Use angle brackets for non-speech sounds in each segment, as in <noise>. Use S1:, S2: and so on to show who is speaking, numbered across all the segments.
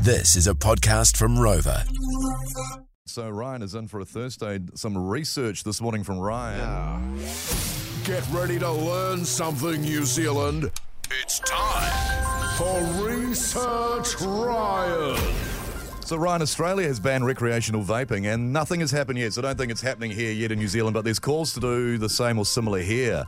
S1: This is a podcast from Rover.
S2: So Ryan is in for a Thursday. Some research this morning from Ryan.
S3: Get ready to learn something, New Zealand. It's time for Research Ryan.
S2: So Ryan, Australia has banned recreational vaping, and nothing has happened yet. So I don't think it's happening here yet in New Zealand. But there's calls to do the same or similar here.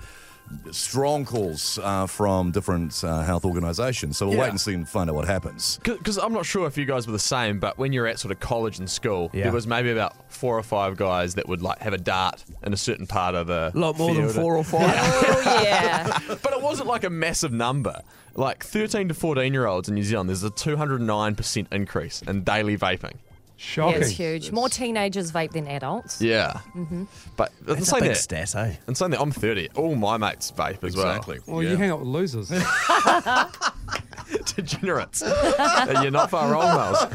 S2: Strong calls uh, from different uh, health organisations. So we'll
S4: Yeah.
S2: wait and see and find out what happens.
S4: Because I'm not sure if you guys were the same, but when you were at sort of college and school, there was maybe about four or five guys that would like have a dart in a certain part of the.
S5: A lot more than
S4: field.
S5: four or five.
S6: Oh yeah.
S4: <laughs> But it wasn't like a massive number. Like 13 to 14 year olds in New Zealand, there's a 209% increase in daily vaping.
S6: yeah, it's huge. More teenagers vape than adults.
S4: Yeah. Mm-hmm. But in saying,
S5: Big
S4: that,
S5: stat, eh?
S4: in saying that, I'm 30. All my mates vape as
S7: Well, you <laughs> hang out with losers.
S4: well. Degenerates. <laughs> And You're not far wrong, Miles.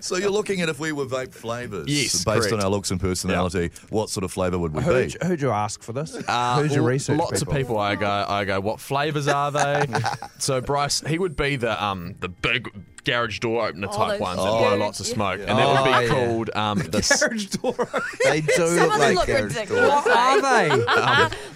S2: So you're looking at if we were vape flavours,
S4: Yes,
S2: based
S4: correct.
S2: on our looks and personality, what sort of flavour would we
S5: Who'd,
S2: be?
S5: you- who'd you ask for <laughs> this?
S4: Uh,
S5: who'd you
S4: l-
S5: research?
S4: Lots of people. I go. I go. What flavors are they? so Bryce, he would be the um the big garage door opener type
S6: those-
S4: ones
S6: Oh.
S4: that blow
S6: yeah,
S4: lots of
S6: yeah.
S4: smoke, and that would
S5: Oh,
S4: be
S5: yeah.
S4: called um the s-
S5: They do
S6: Some
S5: look
S6: of them
S5: like garage
S6: look
S5: doors.
S6: ridiculous.
S5: What are
S7: <laughs>
S5: they?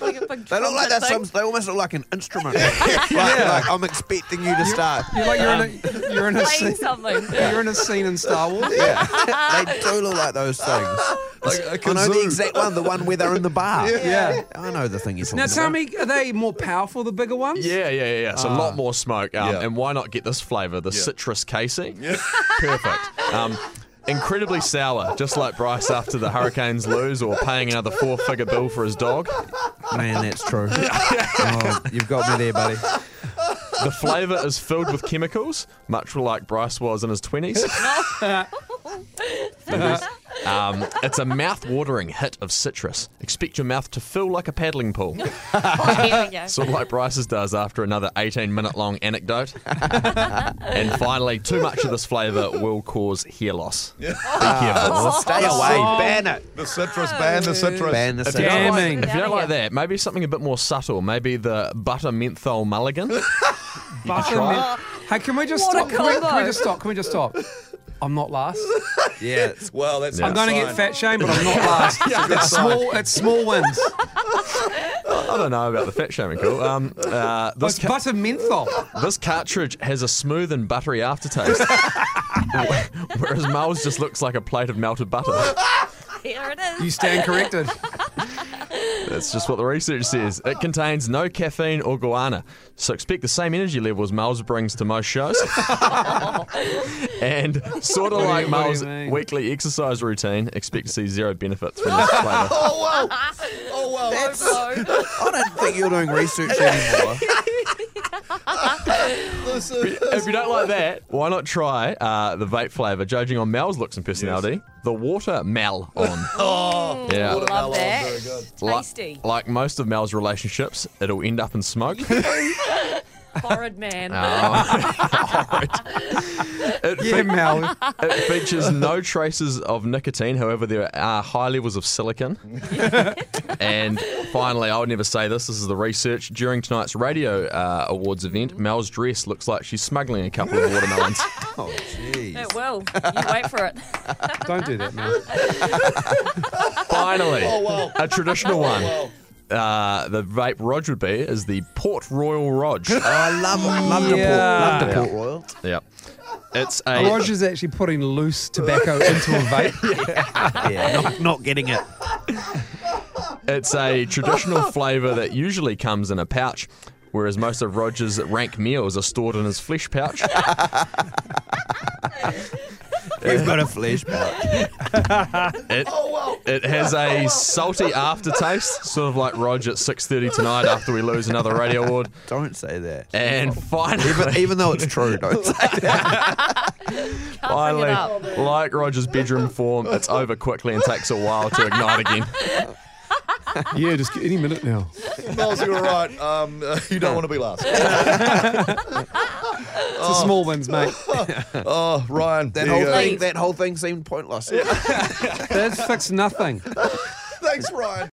S6: Like a
S5: They look
S6: big
S5: like
S6: trumpet
S5: that's
S6: thing.
S5: some, They almost look like an <laughs> instrument. like, like, I'm expecting you to start.
S7: You're like you're in a you're in a
S6: playing <laughs>
S7: scene,
S6: something.
S7: you're in a scene in Star Wars.
S5: Yeah, they do look like <laughs> those things.
S2: Like a
S5: I know the
S2: kazoo.
S5: exact one, the one where they're in the <laughs> bar.
S7: Yeah.
S5: I know the thing you're talking
S7: Now tell
S5: about.
S7: me, are they more powerful, the bigger ones?
S4: yeah, yeah, yeah, yeah. So a lot more smoke. Um,
S2: Yeah.
S4: And why not get this flavor, the
S2: Yeah.
S4: citrus casey? <laughs> Perfect. Um, incredibly sour, just like Bryce after the Hurricanes lose or paying another four-figure bill for his dog.
S5: Man, that's
S7: <laughs>
S5: true. Oh, you've got me there, buddy.
S4: The flavour is filled with chemicals, much like Bryce was in his <laughs> 20s. um, it's a mouth watering hit of citrus. Expect your mouth to fill like a paddling pool,
S6: Oh, here we go.
S4: sort of like Bryce's does after another 18 minute long anecdote. and finally, too much of this flavour will cause hair loss.
S5: Stay away. Ban it.
S2: <laughs> The citrus ban, the citrus.
S5: Ban the
S4: If you, don't like,
S7: Damning.
S4: if you don't like that, maybe something a bit more subtle. Maybe the butter menthol mulligan.
S7: Butter
S4: try.
S7: mint. Hey, can we just
S6: What a
S7: stop? Can we, can we
S6: combo.
S7: just stop? Can we just stop? I'm not last.
S5: Yeah.
S2: Well, that's
S4: Yeah.
S7: I'm going to get fat
S5: <laughs>
S7: shamed, but I'm not last. it's <laughs> small. It's small wins.
S4: I don't know about the fat shaming. Cool. Um, uh,
S7: It's
S4: this ca-
S7: butter menthol.
S4: This cartridge has a smooth and buttery aftertaste, <laughs> whereas Miles just looks like a plate of melted butter.
S6: Here it
S7: You
S6: is.
S7: stand corrected.
S4: That's just what the research says. It contains no caffeine or guana, so expect the same energy levels Miles brings to most shows. <laughs> and sort of
S7: What
S4: like
S7: do you- what do you
S4: Miles'
S7: mean?
S4: weekly exercise routine, expect to see zero benefits from this
S7: <laughs>
S4: flavour.
S2: Oh wow! Oh wow!
S6: So,
S5: I don't think you're doing research
S7: <laughs>
S5: anymore.
S2: This is-
S4: If you don't like that, why not try uh, the vape flavour, judging on Mel's looks and personality, the water Mal
S7: <laughs>
S4: on.
S2: oh,
S6: <laughs>
S4: yeah.
S6: love
S2: very
S6: that.
S2: good.
S4: Li-
S6: Tasty.
S4: Like, most of Mel's relationships, it'll end up in smoke.
S6: Horrid man.
S4: Um, <laughs> It,
S7: Yeah,
S4: fe-
S7: Mel.
S4: it features no traces of nicotine, however, there are high levels of silicon. and finally, I would never say this, this is the research. During tonight's radio uh, awards event, Mel's dress looks like she's smuggling a couple of watermelons.
S5: Oh, jeez.
S6: It will. You wait for it. <laughs>
S7: Don't do that, Mel.
S4: finally,
S5: Oh,
S4: a traditional one. Uh, the vape Rog would be is the Port Royal Rog.
S5: I love, love the port, love the port royal.
S4: yep. It's a
S7: Roger's actually putting loose tobacco into a vape.
S5: Yeah, not, not getting it.
S4: It's a traditional flavour that usually comes in a pouch, whereas most of Roger's rank meals are stored in his flesh pouch.
S5: We've got a flesh pouch.
S4: It, it has a salty aftertaste, sort of like Roger at 6.30 tonight after we lose another radio award.
S5: Don't say that.
S4: And
S5: Even,
S4: finally,
S5: even though it's true, don't say that.
S6: Can't bring it up.
S4: finally like Roger's bedroom form, it's over quickly and takes a while to ignite again.
S7: yeah, just any minute now.
S2: Miles, you were right. Um, <laughs> you don't want to be last.
S7: It's a small wins, mate.
S2: Oh, Ryan,
S5: That
S2: there
S5: whole
S2: you go.
S5: thing,
S6: Leave.
S5: that whole thing seemed pointless.
S7: That fixed nothing.
S2: Thanks, Ryan.